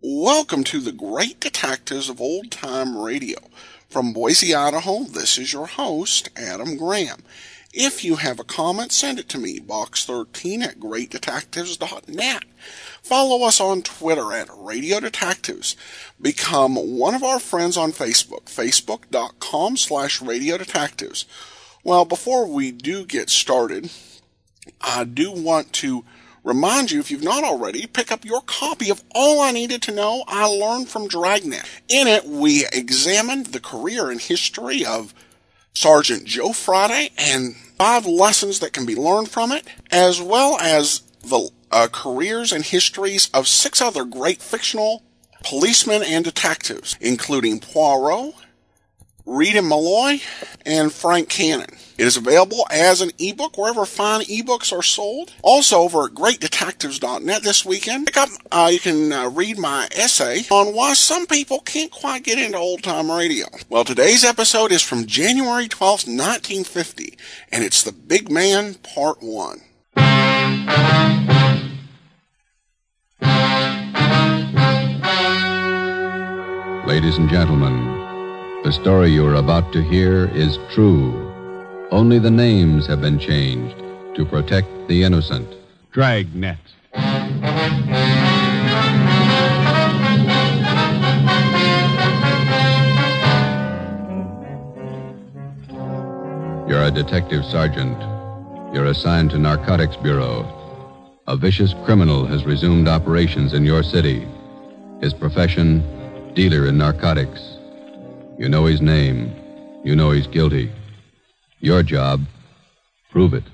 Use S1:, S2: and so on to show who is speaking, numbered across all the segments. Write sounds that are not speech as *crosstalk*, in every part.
S1: Welcome to the Great Detectives of Old Time Radio. From Boise, Idaho, this is your host, Adam Graham. If you have a comment, send it to me, box13 at greatdetectives.net. Follow us on Twitter at Radio Detectives. Become one of our friends on Facebook, facebook.com slash Radio Detectives. Well, before we do get started, I do want to remind you, if you've not already, pick up your copy of All I Needed to Know I Learned from Dragnet. In it, we examined the career and history of Sergeant Joe Friday and five lessons that can be learned from it, as well as the uh, careers and histories of six other great fictional policemen and detectives, including Poirot, Rita Malloy, and Frank Cannon. It is available as an ebook wherever fine ebooks are sold. Also over at greatdetectives.net this weekend. Pick up, uh, you can uh, read my essay on why some people can't quite get into old time radio. Well, today's episode is from January 12th, 1950, and it's The Big Man Part 1.
S2: Ladies and gentlemen, the story you are about to hear is true. Only the names have been changed to protect the innocent. Dragnet. You're a detective sergeant. You're assigned to Narcotics Bureau. A vicious criminal has resumed operations in your city. His profession, dealer in narcotics. You know his name. You know he's guilty. Your job, prove it.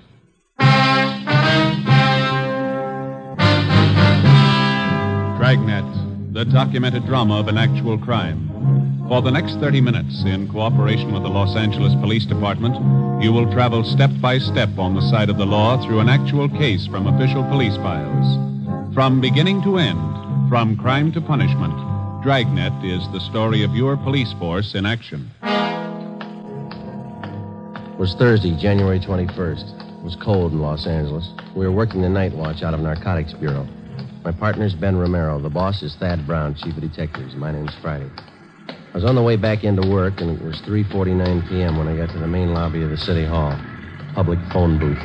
S3: Dragnet, the documented drama of an actual crime. For the next 30 minutes, in cooperation with the Los Angeles Police Department, you will travel step by step on the side of the law through an actual case from official police files. From beginning to end, from crime to punishment, Dragnet is the story of your police force in action.
S4: It was Thursday, January 21st. It was cold in Los Angeles. We were working the night watch out of Narcotics Bureau. My partner's Ben Romero. The boss is Thad Brown, chief of detectives. My name's Friday. I was on the way back into work, and it was 3.49 p.m. when I got to the main lobby of the city hall. Public phone booth.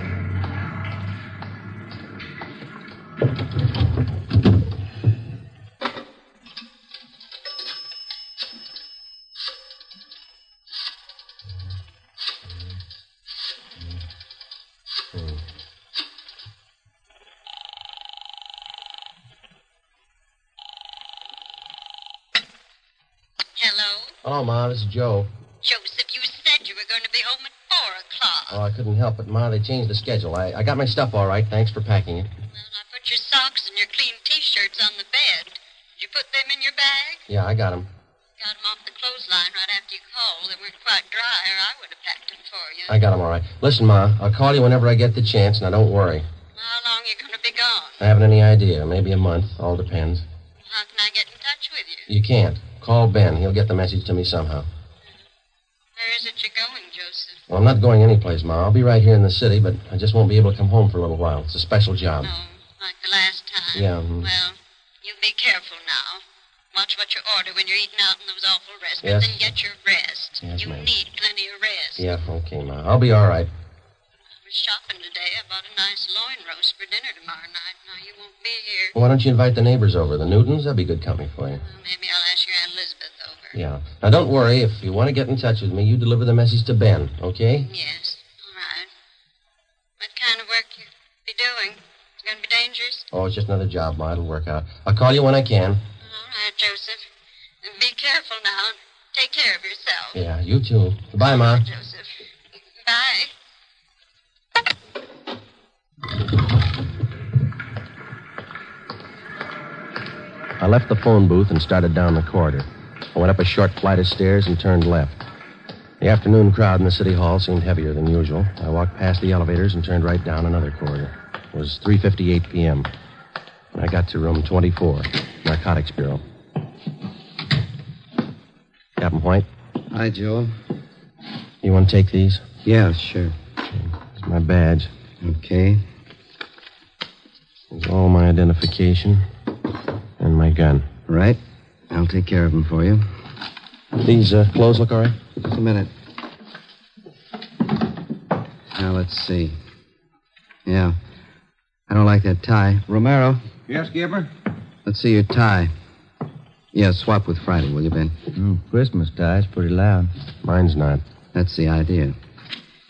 S5: Hello?
S4: Hello, Ma. This is Joe.
S5: Joseph, you said you were going to be home at 4 o'clock.
S4: Oh, I couldn't help it, Ma. They changed the schedule. I, I got my stuff all right. Thanks for packing it.
S5: Well, I put your socks and your clean t-shirts on the bed. Did you put them in your bag?
S4: Yeah, I got 'em.
S5: Got 'em off the clothesline right after you called. They weren't quite dry, or I would have packed them for you.
S4: I got 'em all right. Listen, Ma, I'll call you whenever I get the chance. Now, don't worry.
S5: How long are you going to be gone?
S4: I haven't any idea. Maybe a month. All depends.
S5: How can I get in touch with you?
S4: You can't. Call Ben. He'll get the message to me somehow.
S5: Where is it you're going, Joseph?
S4: Well, I'm not going anyplace, Ma. I'll be right here in the city, but I just won't be able to come home for a little while. It's a special job.
S5: No, like the last time.
S4: Um, Yeah, mhm.
S5: Well, you be careful now. Watch what you order when you're eating out in those awful
S4: Yes.
S5: restaurants and get your rest.
S4: Yes,
S5: you
S4: ma'am.
S5: need plenty of rest.
S4: Yeah, okay, Ma. I'll be all right.
S5: I was shopping today. I bought a nice loin roast for dinner tomorrow night. Now you won't be here.
S4: Why don't you invite the neighbors over? The Newtons? That'd be good company for you.
S5: Well, maybe I'll ask your Aunt Elizabeth over.
S4: Yeah. Now, don't worry. If you want to get in touch with me, you deliver the message to Ben, okay?
S5: Yes. All right. What kind of work you be doing? It's going to be dangerous.
S4: Oh, it's just another job, Ma. It'll work out. I'll call you when I can.
S5: All right, Joseph. And be careful now. and Take care of yourself.
S4: Yeah, you too. Goodbye, Ma.
S5: Joseph. Bye.
S4: I left the phone booth and started down the corridor. I went up a short flight of stairs and turned left. The afternoon crowd in the city hall seemed heavier than usual. I walked past the elevators and turned right down another corridor. It was 3:58 p.m. and I got to room 24, Narcotics Bureau. Captain White,
S6: Hi, Joe.
S4: you want to take these?
S6: Yeah, sure.
S4: It's my badge.
S6: Okay.
S4: It's all my identification and my gun.
S6: Right. I'll take care of them for you.
S4: These uh, clothes look all right?
S6: Just a minute. Now, let's see. Yeah. I don't like that tie. Romero,
S3: Yes, Gipper?
S6: let's see your tie. Yeah, swap with Friday, will you, Ben?
S4: Christmas tie's pretty loud. Mine's not.
S6: That's the idea.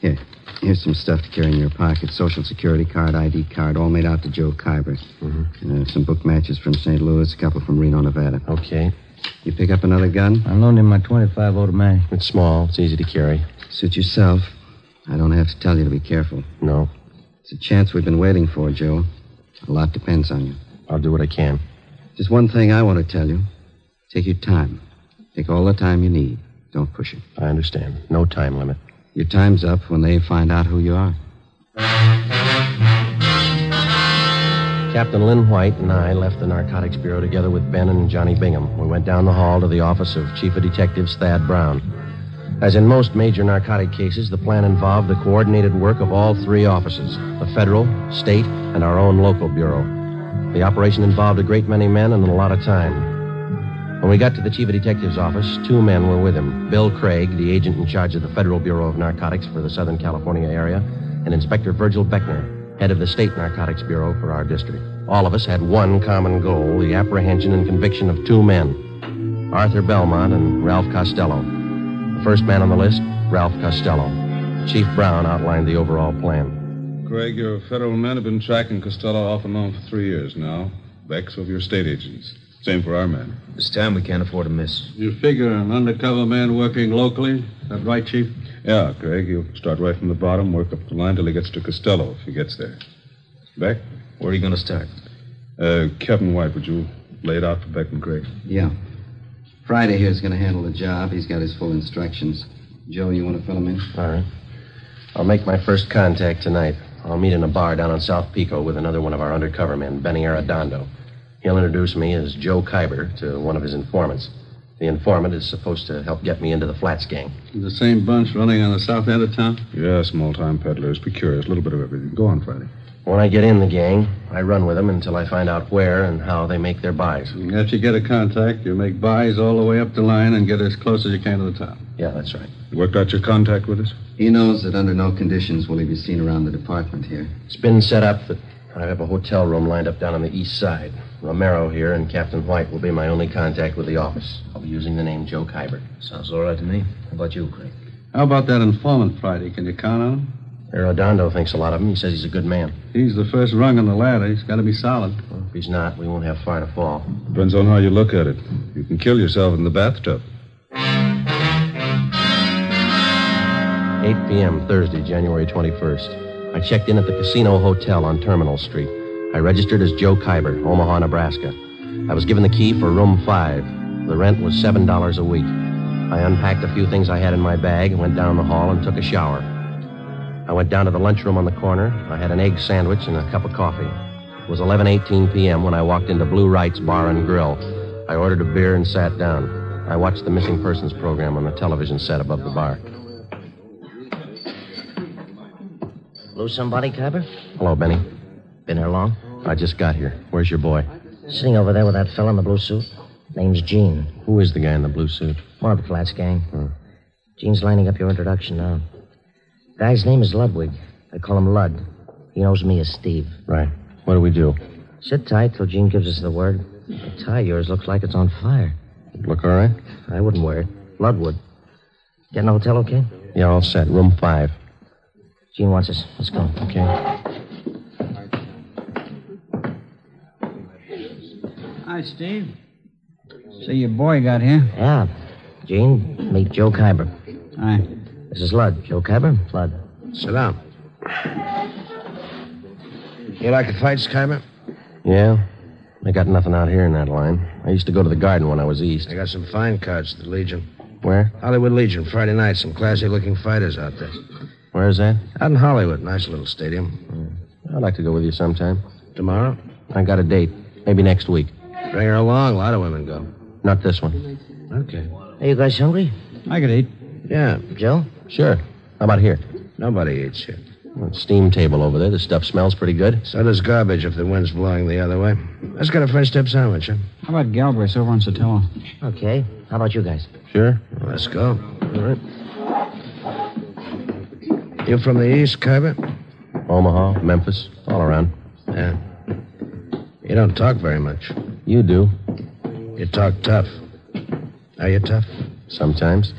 S6: Here, here's some stuff to carry in your pocket. Social security card, ID card, all made out to Joe Kyber. Uh, some book matches from St. Louis, a couple from Reno, Nevada.
S4: Okay.
S6: You pick up another gun?
S4: I loaned him my 25 automatic. It's small. It's easy to carry.
S6: Suit yourself. I don't have to tell you to be careful.
S4: No,
S6: It's a chance we've been waiting for, Joe. A lot depends on you.
S4: I'll do what I can.
S6: Just one thing I want to tell you. Take your time. Take all the time you need. Don't push it.
S4: I understand. No time limit.
S6: Your time's up when they find out who you are.
S4: Captain Lynn White and I left the Narcotics Bureau together with Ben and Johnny Bingham. We went down the hall to the office of Chief of Detectives Thad Brown. As in most major narcotic cases, the plan involved the coordinated work of all three offices the federal, state, and our own local bureau. The operation involved a great many men and a lot of time. When we got to the Chief of Detectives' office, two men were with him Bill Craig, the agent in charge of the Federal Bureau of Narcotics for the Southern California area, and Inspector Virgil Beckner, head of the State Narcotics Bureau for our district. All of us had one common goal the apprehension and conviction of two men Arthur Belmont and Ralph Costello. The first man on the list, Ralph Costello. Chief Brown outlined the overall plan.
S7: Craig, your federal men have been tracking Costello off and on for three years now. Beck's with your state agents. Same for our men.
S8: This time we can't afford to miss.
S7: You figure an undercover man working locally? That right, Chief? Yeah, Craig. He'll start right from the bottom, work up the line till he gets to Costello, if he gets there. Beck?
S8: Where are you going to start?
S7: Uh, Captain White, would you lay it out for Beck and Craig?
S6: Yeah. Friday here's going to handle the job. He's got his full instructions. Joe, you want to fill him in?
S4: All right. I'll make my first contact tonight. I'll meet in a bar down on South Pico with another one of our undercover men, Benny Arredondo. He'll introduce me as Joe Kyber to one of his informants. The informant is supposed to help get me into the Flats gang.
S7: The same bunch running on the south end of town? Yeah, small time peddlers. Be curious. A little bit of everything. Go on, Friday.
S4: When I get in the gang, I run with them until I find out where and how they make their buys.
S7: After you get a contact, you make buys all the way up the line and get as close as you can to the top.
S4: Yeah, that's right.
S7: Worked out your contact with us?
S6: He knows that under no conditions will he be seen around the department here.
S4: It's been set up that I have a hotel room lined up down on the east side. Romero here and Captain White will be my only contact with the office. I'll be using the name Joe Kyber.
S8: Sounds all right to me. How about you, Craig?
S7: How about that informant, Friday? Can you count on him?
S4: Arredondo thinks a lot of him. He says he's a good man.
S7: He's the first rung on the ladder. He's got to be solid.
S4: Well, if he's not, we won't have far to fall.
S7: Depends on how you look at it. You can kill yourself in the bathtub.
S4: 8 p.m., Thursday, January 21st. I checked in at the Casino Hotel on Terminal Street. I registered as Joe Kyber, Omaha, Nebraska. I was given the key for room 5. The rent was $7 a week. I unpacked a few things I had in my bag and went down the hall and took a shower. I went down to the lunchroom on the corner. I had an egg sandwich and a cup of coffee. It was 11:18 p.m. when I walked into Blue Rights Bar and Grill. I ordered a beer and sat down. I watched the missing persons program on the television set above the bar.
S8: Lose somebody, Kyber?
S4: Hello, Benny.
S8: Been here long?
S4: I just got here. Where's your boy?
S8: Sitting over there with that fella in the blue suit. Name's Gene.
S4: Who is the guy in the blue suit?
S8: One of the Flats gang. Gene's lining up your introduction now. Guy's name is Ludwig. They call him Lud. He knows me as Steve.
S4: Right. What do we do?
S8: Sit tight till Gene gives us the word. The tie of yours looks like it's on fire.
S4: Look all right?
S8: I wouldn't wear it. Lud would. Get in the hotel, okay?
S4: Yeah, all set. Room five.
S8: Gene wants us. Let's go.
S4: Okay.
S9: Hi, Steve. Say your boy got here.
S8: Yeah. Gene, meet Joe Kyber.
S9: Hi.
S8: This is Lud. Joe Kyber? Lud.
S4: Sit down.
S8: You like the fights, Kyber?
S4: Yeah? They got nothing out here in that line. I used to go to the garden when I was east.
S8: They got some fine cards at the Legion.
S4: Where?
S8: Hollywood Legion, Friday night. Some classy looking fighters out there.
S4: Where's that?
S8: Out in Hollywood, nice little stadium.
S4: I'd like to go with you sometime.
S8: Tomorrow?
S4: I got a date. Maybe next week.
S8: Bring her along. A lot of women go.
S4: Not this one.
S8: Okay. Are you guys hungry?
S9: I could eat.
S8: Yeah. Joe?
S4: Sure. How about here?
S8: Nobody eats here.
S4: That steam table over there. The stuff smells pretty good.
S10: So does garbage if the wind's blowing the other way. Let's get a French dip sandwich, huh?
S9: How about Galbraith's over on Sotelo?
S8: Okay. How about you guys?
S10: Sure. Let's go. All right. You from the east, Carver?
S4: Omaha, Memphis, all around.
S10: Yeah. You don't talk very much.
S4: You do,
S10: You talk tough. Are you tough?
S4: sometimes.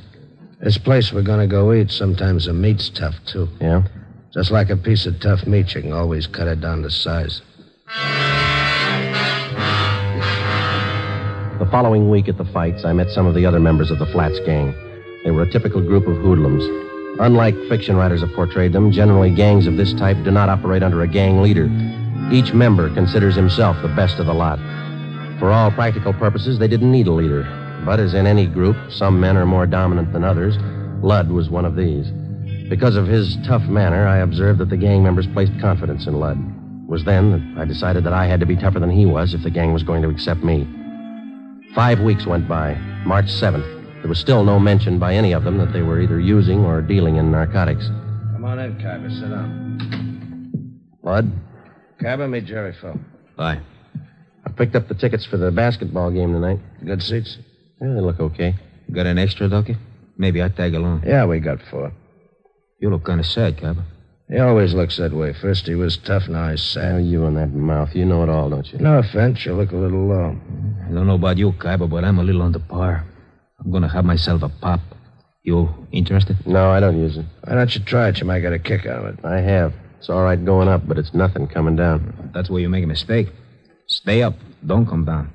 S10: This place we're gonna go eat, sometimes the meat's tough, too.
S4: Yeah.
S10: Just like a piece of tough meat, you can always cut it down to size.
S4: The following week at the fights, I met some of the other members of the Flats gang. They were a typical group of hoodlums. Unlike fiction writers have portrayed them, generally gangs of this type do not operate under a gang leader. Each member considers himself the best of the lot. For all practical purposes, they didn't need a leader. But as in any group, some men are more dominant than others. Ludd was one of these. Because of his tough manner, I observed that the gang members placed confidence in Ludd. It was then that I decided that I had to be tougher than he was if the gang was going to accept me. Five weeks went by, March 7th. There was still no mention by any of them that they were either using or dealing in narcotics.
S10: Come on in, Carver. Sit down.
S4: Bud,
S10: Carver, meet Jerry Phil.
S2: Bye.
S4: I picked up the tickets for the basketball game tonight.
S10: Good seats?
S4: Yeah, they look okay.
S11: Got an extra, Ducky? Maybe I tag along.
S10: Yeah, we got four.
S11: You look kind of sad, Cabba.
S10: He always looks that way. First he was tough, now he's
S4: Oh,
S10: sad.
S4: you and that mouth, you know it all, don't you?
S10: No offense, you look a little low.
S11: I don't know about you, Cabba, but I'm a little under par. I'm gonna have myself a pop. You interested?
S4: No, I don't use it.
S10: Why don't you try it? You might get a kick out of it.
S4: I have. It's all right going up, but it's nothing coming down.
S11: That's where you make a mistake. Stay up. Don't come down.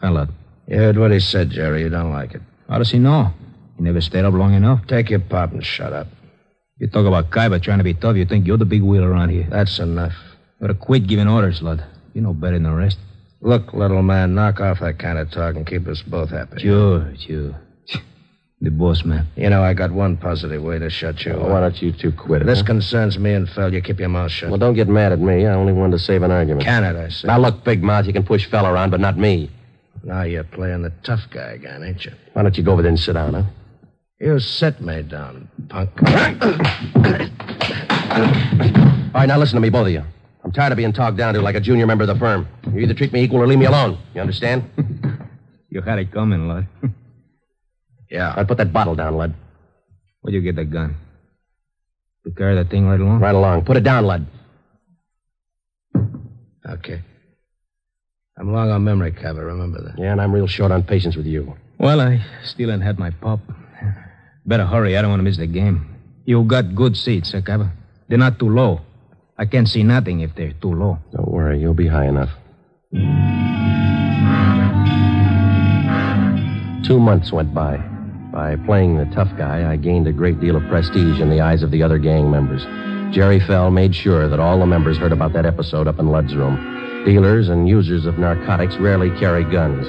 S11: Hello.
S10: You heard what he said, Jerry. You don't like it.
S11: How does he know? He never stayed up long enough.
S10: Take your pop and shut up.
S11: You talk about Kaiba trying to be tough. You think you're the big wheel around here.
S10: That's enough.
S11: Better quit giving orders, lad. You know better than the rest.
S10: Look, little man, knock off that kind of talk and keep us both happy.
S11: Sure, sure. The boss man.
S10: You know, I got one positive way to shut you
S4: Well, why
S10: up.
S4: don't you two quit it?
S10: This
S4: huh?
S10: concerns me and Phil. You keep your mouth shut.
S4: Well, don't get mad at me. I only wanted to save an argument.
S10: Can it, I say.
S4: Now, look, big mouth, you can push fella around, but not me.
S10: Now you're playing the tough guy again, ain't you?
S4: Why don't you go over there and sit down, huh?
S10: You sit me down,
S4: *coughs*
S10: punk.
S4: All right, now listen to me, both of you. I'm tired of being talked down to like a junior member of the firm. You either treat me equal or leave me alone. You understand?
S11: You had it coming, *laughs* lad.
S10: *laughs* yeah.
S4: I put that bottle down, Lud.
S11: Where'd you get that gun? You carry that thing right along?
S4: Right along. Put it down, Lud.
S10: Okay. I'm long on memory, Cabot. Remember that.
S4: Yeah, and I'm real short on patience with you.
S11: Well, I still ain't had my pop. Better hurry. I don't want to miss the game. You got good seats, eh, Cabba? They're not too low. I can't see nothing if they're too low.
S4: Don't worry, you'll be high enough. Two months went by. By playing the tough guy, I gained a great deal of prestige in the eyes of the other gang members. Jerry Fell made sure that all the members heard about that episode up in Lud's room. Dealers and users of narcotics rarely carry guns.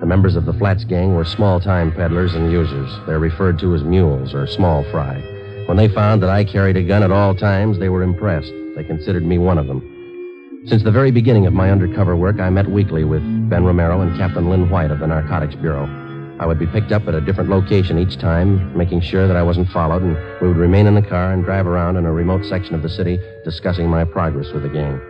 S4: The members of the Flats gang were small time peddlers and users. They're referred to as mules or small fry. When they found that I carried a gun at all times, they were impressed. They considered me one of them. Since the very beginning of my undercover work, I met weekly with Ben Romero and Captain Lynn White of the Narcotics Bureau. I would be picked up at a different location each time, making sure that I wasn't followed, and we would remain in the car and drive around in a remote section of the city discussing my progress with the gang.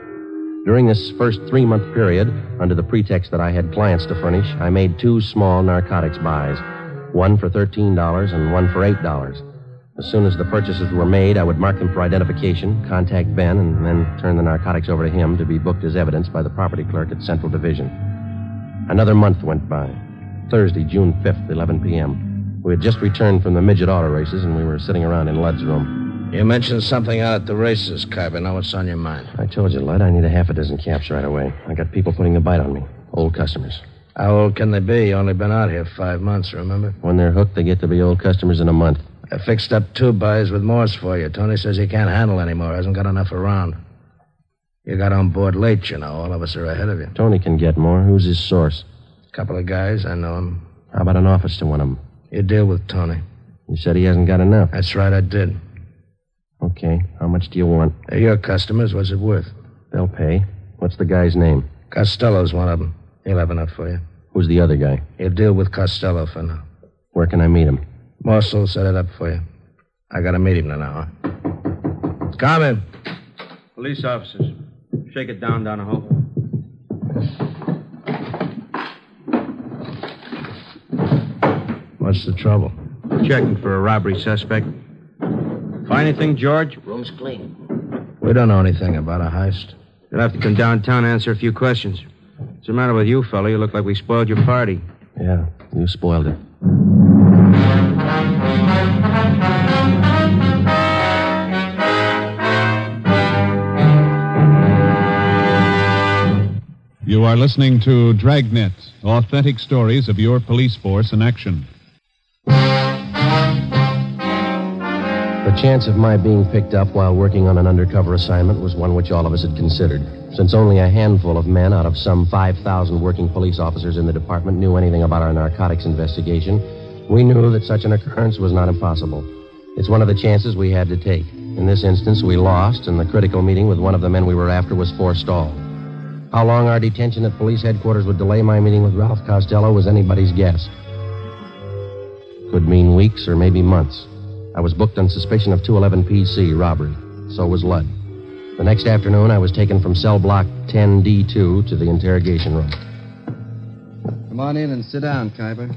S4: During this first three month period, under the pretext that I had clients to furnish, I made two small narcotics buys one for $13 and one for $8. As soon as the purchases were made, I would mark them for identification, contact Ben, and then turn the narcotics over to him to be booked as evidence by the property clerk at Central Division. Another month went by. Thursday, June 5th, 11 p.m. We had just returned from the midget auto races, and we were sitting around in Lud's room.
S10: You mentioned something out at the races, Carver. Now what's on your mind?
S4: I told you, Lud, I need a half a dozen caps right away. I got people putting the bite on me, old customers.
S10: How old can they be? You only been out here five months, remember?
S4: When they're hooked, they get to be old customers in a month.
S10: I fixed up two buys with Morse for you. Tony says he can't handle anymore. Hasn't got enough around. You got on board late, you know. All of us are ahead of you.
S4: Tony can get more. Who's his source?
S10: Couple of guys, I know 'em.
S4: How about an office to one of them?
S10: You deal with Tony.
S4: You said he hasn't got enough.
S10: That's right, I did.
S4: Okay, how much do you want?
S10: They're your customers. What's it worth?
S4: They'll pay. What's the guy's name?
S10: Costello's one of 'em. He'll have enough for you.
S4: Who's the other guy?
S10: You deal with Costello for now.
S4: Where can I meet him?
S10: Morsel set it up for you. I gotta meet him in an hour. Come in.
S12: Police officers. Shake it down, Donahoe.
S10: What's the trouble?
S12: Checking for a robbery suspect. Find anything, George?
S8: Room's clean.
S10: We don't know anything about a heist.
S12: You'll have to come downtown and answer a few questions. What's the matter with you, fella? You look like we spoiled your party.
S4: Yeah, you spoiled it.
S3: You are listening to Dragnet, authentic stories of your police force in action.
S4: The chance of my being picked up while working on an undercover assignment was one which all of us had considered, since only a handful of men out of some 5,000 working police officers in the department knew anything about our narcotics investigation. We knew that such an occurrence was not impossible. It's one of the chances we had to take. In this instance, we lost, and the critical meeting with one of the men we were after was forestalled. How long our detention at police headquarters would delay my meeting with Ralph Costello was anybody's guess. Could mean weeks or maybe months. I was booked on suspicion of 211 PC robbery. So was Ludd. The next afternoon, I was taken from cell block 10D2 to the interrogation room.
S6: Come on in and sit down, Kyber.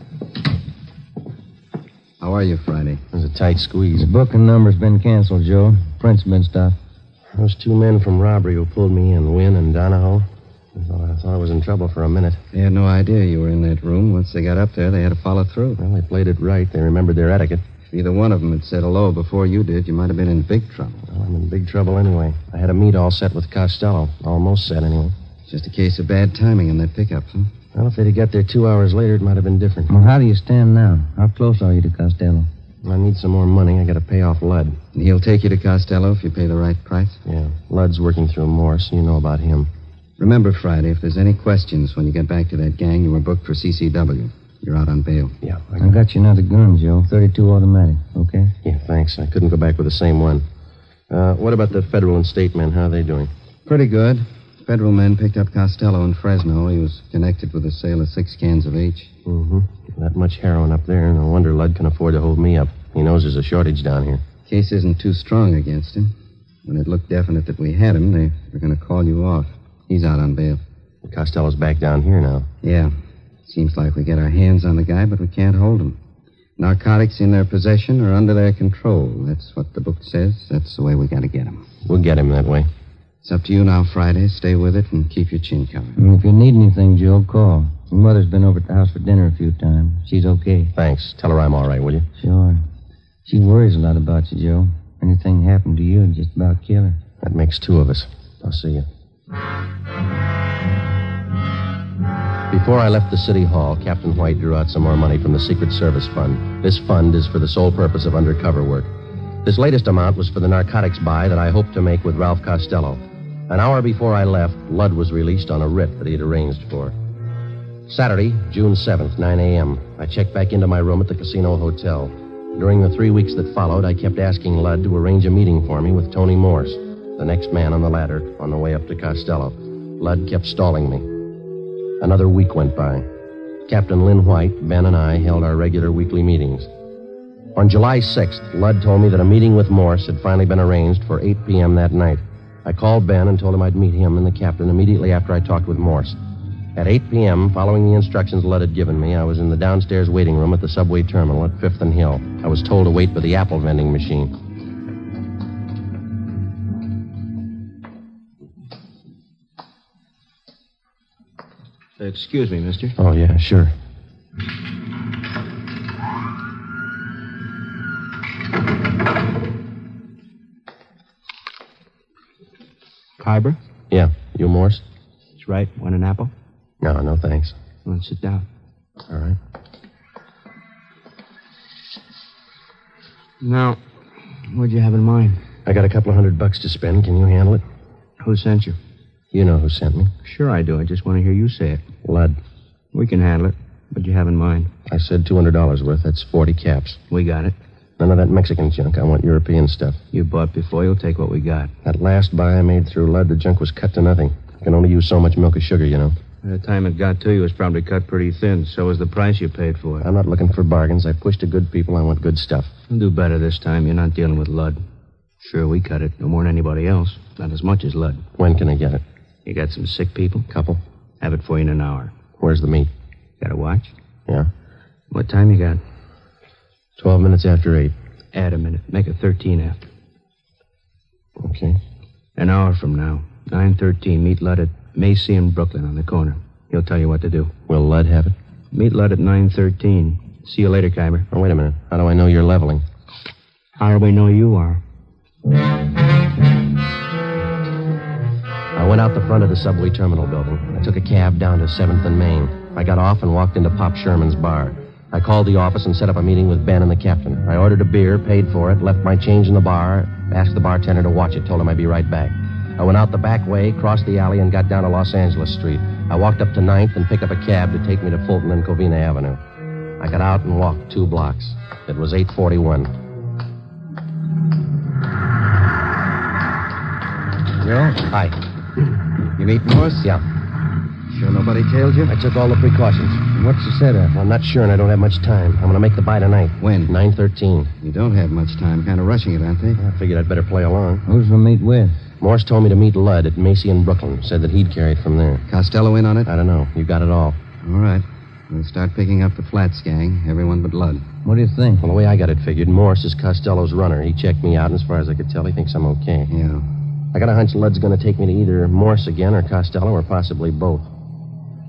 S4: How are you, Friday? It was a tight squeeze.
S13: Book and number's been canceled, Joe. Print's been stopped.
S4: Those two men from robbery who pulled me in, Wynn and Donahoe. I thought I, thought I was in trouble for a minute.
S6: They had no idea you were in that room. Once they got up there, they had to follow through.
S4: Well, they played it right. They remembered their etiquette.
S6: If either one of them had said hello before you did, you might have been in big trouble.
S4: Well, I'm in big trouble anyway. I had a meet all set with Costello. Almost set, anyway.
S6: Just a case of bad timing in that pickup, huh?
S4: Well, if they'd have got there two hours later, it might have been different.
S13: Well, how do you stand now? How close are you to Costello?
S4: I need some more money. I got to pay off Ludd.
S6: And he'll take you to Costello if you pay the right price?
S4: Yeah. Ludd's working through Morse. You know about him.
S6: Remember, Friday, if there's any questions when you get back to that gang, you were booked for CCW. You're out on bail.
S4: Yeah.
S13: I got, you another gun, Joe. 32 automatic, okay?
S4: Yeah, thanks. I couldn't go back with the same one. Uh, what about the federal and state men? How are they doing?
S6: Pretty good. Federal men picked up Costello in Fresno. He was connected with the sale of six cans of H.
S4: Mm-hmm. That much heroin up there, no wonder Ludd can afford to hold me up. He knows there's a shortage down here.
S6: Case isn't too strong against him. When it looked definite that we had him, they were going to call you off. He's out on bail.
S4: Costello's back down here now.
S6: Yeah. Seems like we get our hands on the guy, but we can't hold him. Narcotics in their possession or under their control. That's what the book says. That's the way we got to get him.
S4: We'll get him that way.
S6: It's up to you now, Friday. Stay with it and keep your chin covered.
S13: And if you need anything, Joe, call. Your mother's been over at the house for dinner a few times. She's okay.
S4: Thanks. Tell her I'm all right, will you?
S13: Sure. She worries a lot about you, Joe. Anything happened to you, it'd just about kill her.
S4: That makes two of us. I'll see you. Before I left the city hall, Captain White drew out some more money from the Secret Service Fund. This fund is for the sole purpose of undercover work. This latest amount was for the narcotics buy that I hoped to make with Ralph Costello. An hour before I left, Ludd was released on a writ that he had arranged for. Saturday, June 7th, 9 a.m., I checked back into my room at the Casino Hotel. During the three weeks that followed, I kept asking Ludd to arrange a meeting for me with Tony Morse, the next man on the ladder on the way up to Costello. Ludd kept stalling me. Another week went by. Captain Lynn White, Ben, and I held our regular weekly meetings. On July 6th, Ludd told me that a meeting with Morse had finally been arranged for 8 p.m. that night. I called Ben and told him I'd meet him and the captain immediately after I talked with Morse. At 8 p.m., following the instructions Ludd had given me, I was in the downstairs waiting room at the subway terminal at 5th and Hill. I was told to wait by the apple vending machine.
S12: Excuse me, mister.
S4: Oh, yeah, sure.
S12: Kyber?
S4: Yeah, you Morse?
S12: That's right. Want an apple?
S4: No, no thanks.
S12: Well, then sit down.
S4: All right.
S12: Now, what'd you have in mind?
S4: I got a couple of hundred bucks to spend. Can you handle it?
S12: Who sent you?
S4: You know who sent me.
S12: Sure I do. I just want to hear you say it.
S4: Lud.
S12: We can handle it. What do you have in mind?
S4: I said $200 worth. That's 40 caps.
S12: We got it.
S4: None of that Mexican junk. I want European stuff.
S12: You bought before. You'll take what we got.
S4: That last buy I made through Lud, the junk was cut to nothing. You can only use so much milk or sugar, you know.
S12: By the time it got to you, it was probably cut pretty thin. So was the price you paid for it.
S4: I'm not looking for bargains. I push to good people. I want good stuff.
S12: You'll do better this time. You're not dealing with Lud.
S14: Sure, we cut it. No more than anybody else. Not as much as Lud. When can I get it? You got some sick people? Couple. Have it for you in an hour. Where's the meat? Got a watch?
S4: Yeah.
S14: What time you got?
S4: Twelve minutes after eight.
S14: Add a minute. Make it 13 after.
S4: Okay.
S14: An hour from now. 9.13. Meet Lud at Macy and Brooklyn on the corner. He'll tell you what to do.
S4: Will Lud have it?
S14: Meet Lud at 9.13. See you later, Kyber.
S4: Oh, wait a minute. How do I know you're leveling?
S14: How do we know you are?
S4: I went out the front of the subway terminal building. I took a cab down to 7th and Main. I got off and walked into Pop Sherman's bar. I called the office and set up a meeting with Ben and the captain. I ordered a beer, paid for it, left my change in the bar, asked the bartender to watch it, told him I'd be right back. I went out the back way, crossed the alley, and got down to Los Angeles Street. I walked up to Ninth and picked up a cab to take me to Fulton and Covina Avenue. I got out and walked two blocks. It was 841.
S15: Joe?
S4: Hi.
S15: You meet Morse?
S4: Yeah.
S15: Sure nobody tailed you?
S4: I took all the precautions.
S15: What's the setup?
S4: I'm not sure, and I don't have much time. I'm going to make the buy tonight.
S15: When?
S4: 9.13.
S15: You don't have much time. Kind of rushing it, aren't they?
S4: I figured I'd better play along.
S16: Who's the meet with?
S4: Morse told me to meet Ludd at Macy in Brooklyn. Said that he'd carry it from there.
S15: Costello in on it?
S4: I don't know. You got it all.
S15: All right. We'll start picking up the flats, gang. Everyone but Lud.
S16: What do you think?
S4: Well, the way I got it figured, Morse is Costello's runner. He checked me out, and as far as I could tell, he thinks I'm okay.
S15: Yeah.
S4: I got a hunch Lud's going to take me to either Morse again or Costello or possibly both.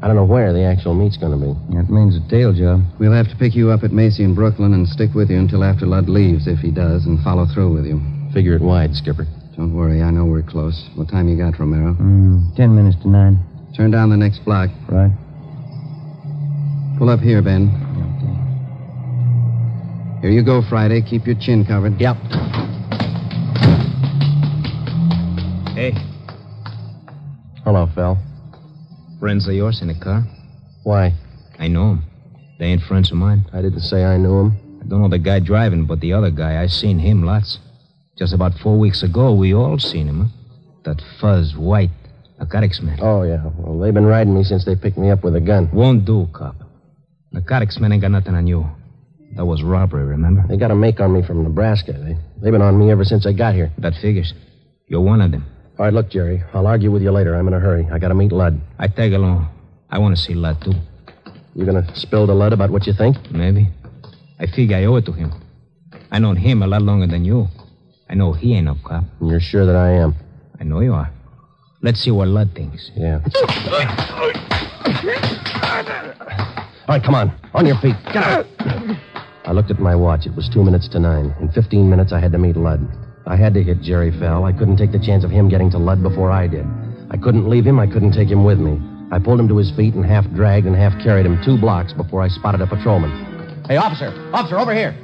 S4: I don't know where the actual meet's going to be.
S16: That means a tail job.
S15: We'll have to pick you up at Macy in Brooklyn and stick with you until after Lud leaves, if he does, and follow through with you.
S4: Figure it wide, Skipper.
S15: Don't worry, I know we're close. What time you got, Romero?
S16: Mm, ten minutes to nine.
S15: Turn down the next block.
S16: Right.
S15: Pull up here, Ben. Here you go, Friday. Keep your chin covered.
S4: Yep.
S8: Hey,
S4: Hello, Phil.
S8: friends of yours in the car?
S4: Why?
S8: I know 'em. They ain't friends of mine.
S4: I didn't say I knew him.
S8: I don't know the guy driving, but the other guy, I seen him lots. Just about four weeks ago, we all seen him. Huh? That fuzz, white, narcotics man.
S4: Oh, yeah. Well, they've been riding me since they picked me up with a gun.
S8: Won't do, cop. Narcotics man ain't got nothing on you. That was robbery, remember?
S4: They got a make on me from Nebraska. They, they've been on me ever since I got here.
S8: That figures. You're one of them.
S4: All right, look, Jerry. I'll argue with you later. I'm in a hurry. I got to meet Lud.
S8: I tag along. I want to see Lud, too.
S4: You going to spill to Lud about what you think?
S8: Maybe. I figure I owe it to him. I known him a lot longer than you. I know he ain't no cop.
S4: You're sure that I am?
S8: I know you are. Let's see what Lud thinks.
S4: Yeah. All right, come on. On your feet. Get out. I looked at my watch. It was two minutes to nine. In 15 minutes, I had to meet Lud. I had to hit Jerry Fell. I couldn't take the chance of him getting to Lud before I did. I couldn't leave him. I couldn't take him with me. I pulled him to his feet and half dragged and half carried him two blocks before I spotted a patrolman. Hey, officer! Officer, over here!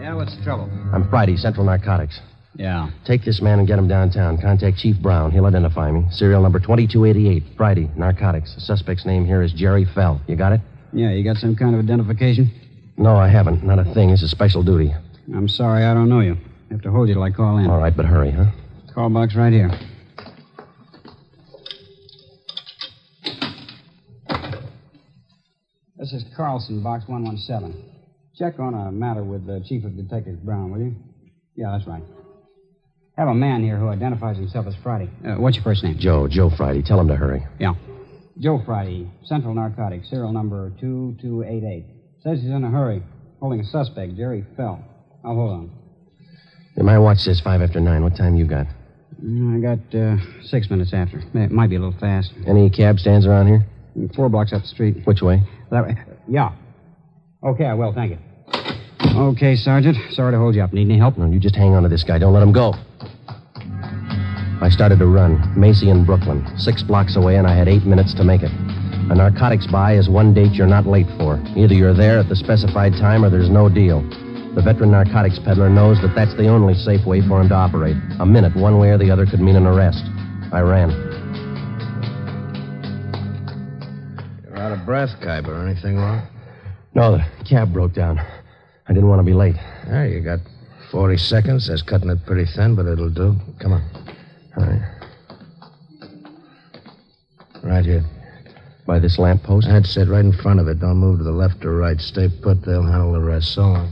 S6: Yeah, what's the trouble?
S4: I'm Friday, Central Narcotics.
S6: Yeah.
S4: Take this man and get him downtown. Contact Chief Brown. He'll identify me. Serial number 2288, Friday, narcotics. The suspect's name here is Jerry Fell. You got it?
S6: Yeah, you got some kind of identification?
S4: No, I haven't. Not a thing. This is special duty.
S6: I'm sorry, I don't know you. Have to hold you till I call in.
S4: All right, but hurry, huh?
S6: Call box right here. This is Carlson, box 117. Check on a matter with the Chief of Detectives Brown, will you? Yeah, that's right. Have a man here who identifies himself as Friday. Uh, what's your first name?
S4: Joe, Joe Friday. Tell him to hurry.
S6: Yeah. Joe Friday, Central Narcotics, serial number 2288. Says he's in a hurry, holding a suspect, Jerry Fell. I'll hold on.
S4: Yeah, My watch says five after nine. What time you got?
S6: I got uh, six minutes after. It might be a little fast.
S4: Any cab stands around here?
S6: Four blocks up the street.
S4: Which way?
S6: That way. Yeah. Okay, I will. Thank you. Okay, Sergeant. Sorry to hold you up. Need any help?
S4: No, you just hang on to this guy. Don't let him go. I started to run. Macy in Brooklyn. Six blocks away, and I had eight minutes to make it. A narcotics buy is one date you're not late for. Either you're there at the specified time or there's no deal. The veteran narcotics peddler knows that that's the only safe way for him to operate. A minute, one way or the other, could mean an arrest. I ran.
S17: You're out of breath, Kyber. Anything wrong?
S4: No, the cab broke down. I didn't want to be late.
S17: Yeah, you got 40 seconds. That's cutting it pretty thin, but it'll do. Come on.
S4: All right.
S17: Right here.
S4: By this lamppost?
S17: That's it, right in front of it. Don't move to the left or right. Stay put. They'll handle the rest. So long.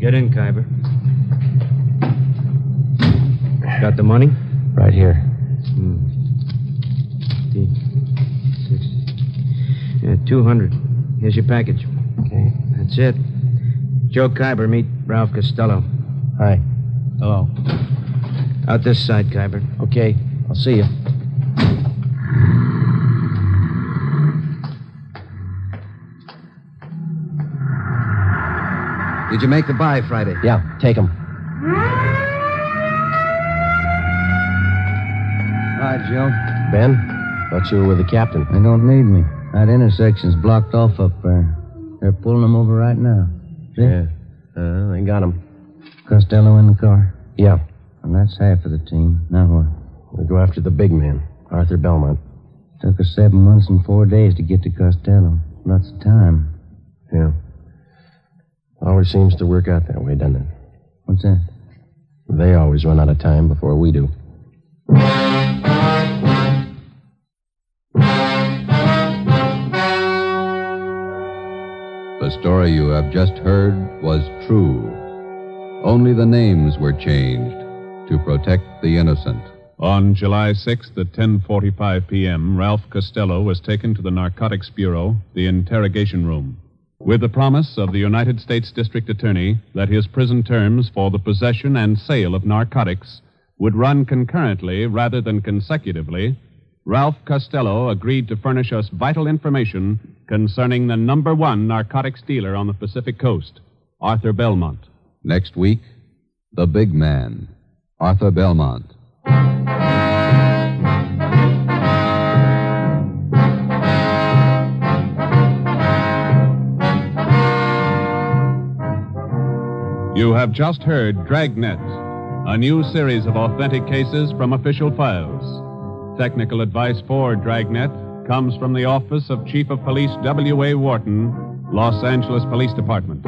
S11: Get in, Kyber. Got the money?
S13: Right here.
S11: Yeah, 200. Here's your package. Okay. That's it. Joe Kyber, meet Ralph Costello.
S4: Hi.
S11: Hello. Out this side, Kyber.
S4: Okay. I'll see you.
S6: Did you make the buy Friday?
S4: Yeah, take him.
S18: All right, Joe.
S4: Ben? Thought you were with the captain.
S13: They don't need me. That intersection's blocked off up there. They're pulling them over right now. See?
S4: Yeah. Uh, they got him.
S13: Costello in the car.
S4: Yeah.
S13: And that's half of the team. Now what?
S4: We go after the big man, Arthur Belmont.
S13: Took us seven months and four days to get to Costello. Lots of time.
S4: Yeah. Always seems to work out that way, doesn't it?
S13: What's that?
S4: They always run out of time before we do.
S2: The story you have just heard was true. Only the names were changed to protect the innocent.
S3: On July 6th at 10:45 p.m., Ralph Costello was taken to the Narcotics Bureau, the interrogation room, with the promise of the United States District Attorney that his prison terms for the possession and sale of narcotics would run concurrently rather than consecutively. Ralph Costello agreed to furnish us vital information concerning the number one narcotics dealer on the Pacific Coast, Arthur Belmont.
S2: Next week, The Big Man, Arthur Belmont.
S3: You have just heard Dragnet, a new series of authentic cases from official files. Technical advice for Dragnet comes from the Office of Chief of Police W.A. Wharton, Los Angeles Police Department.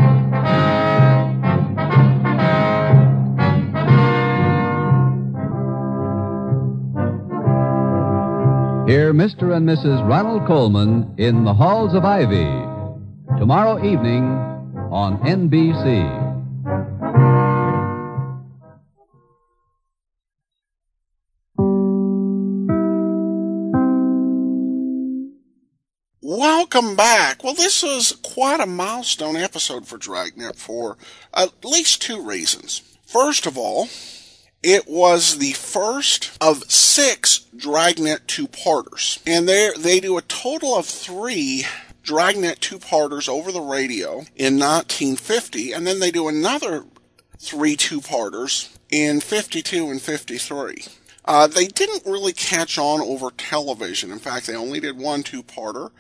S2: Hear Mr. and Mrs. Ronald Coleman in the Halls of Ivy tomorrow evening on NBC.
S1: Welcome back. Well, this was quite a milestone episode for Dragnet for at least two reasons. First of all, it was the first of six Dragnet two-parters, and they they do a total of three Dragnet two-parters over the radio in 1950, and then they do another three two-parters in 52 and 53. Uh, they didn't really catch on over television. In fact, they only did one two-parter,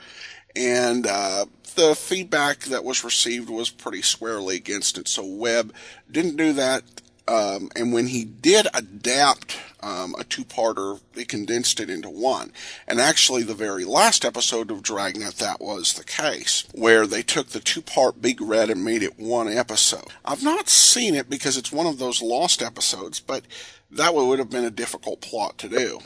S1: and uh, the feedback that was received was pretty squarely against it. So Webb didn't do that, um, and when he did adapt um, a two-parter, he condensed it into one. And actually, the very last episode of Dragnet, that was the case, where they took the two-part Big Red and made it one episode. I've not seen it because it's one of those lost episodes, but that would have been a difficult plot to do.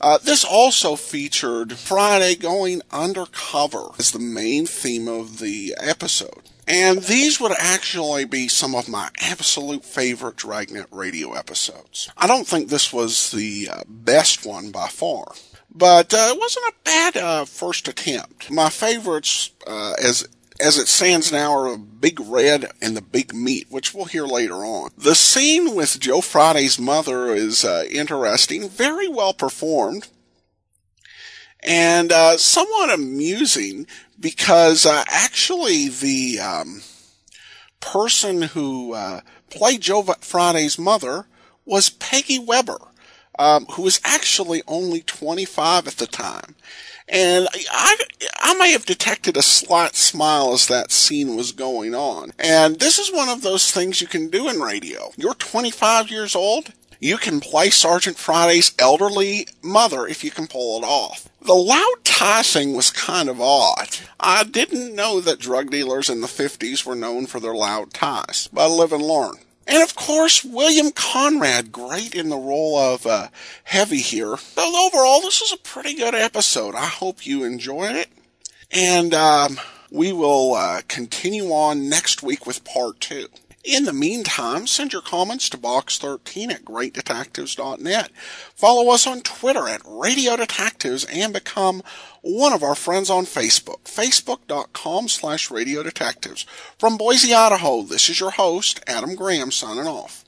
S1: Uh, this also featured Friday going undercover as the main theme of the episode. And these would actually be some of my absolute favorite Dragnet radio episodes. I don't think this was the uh, best one by far, but uh, it wasn't a bad uh, first attempt. My favorites, uh, as as it stands now, are Big Red and the Big Meat, which we'll hear later on. The scene with Joe Friday's mother is uh, interesting, very well performed, and uh, somewhat amusing because uh, actually the um, person who uh, played Joe Va- Friday's mother was Peggy Weber, um, who was actually only 25 at the time. And I, I may have detected a slight smile as that scene was going on. And this is one of those things you can do in radio. You're 25 years old. You can play Sergeant Friday's elderly mother if you can pull it off. The loud tie thing was kind of odd. I didn't know that drug dealers in the 50s were known for their loud ties, but I live and learn. And of course, William Conrad, great in the role of uh, Heavy here. So overall, this is a pretty good episode. I hope you enjoyed it. And um, we will uh, continue on next week with part two. In the meantime, send your comments to box13 at greatdetectives.net. Follow us on Twitter at Radio Detectives and become one of our friends on Facebook, facebook.com slash radio detectives. From Boise, Idaho, this is your host, Adam Graham, signing off.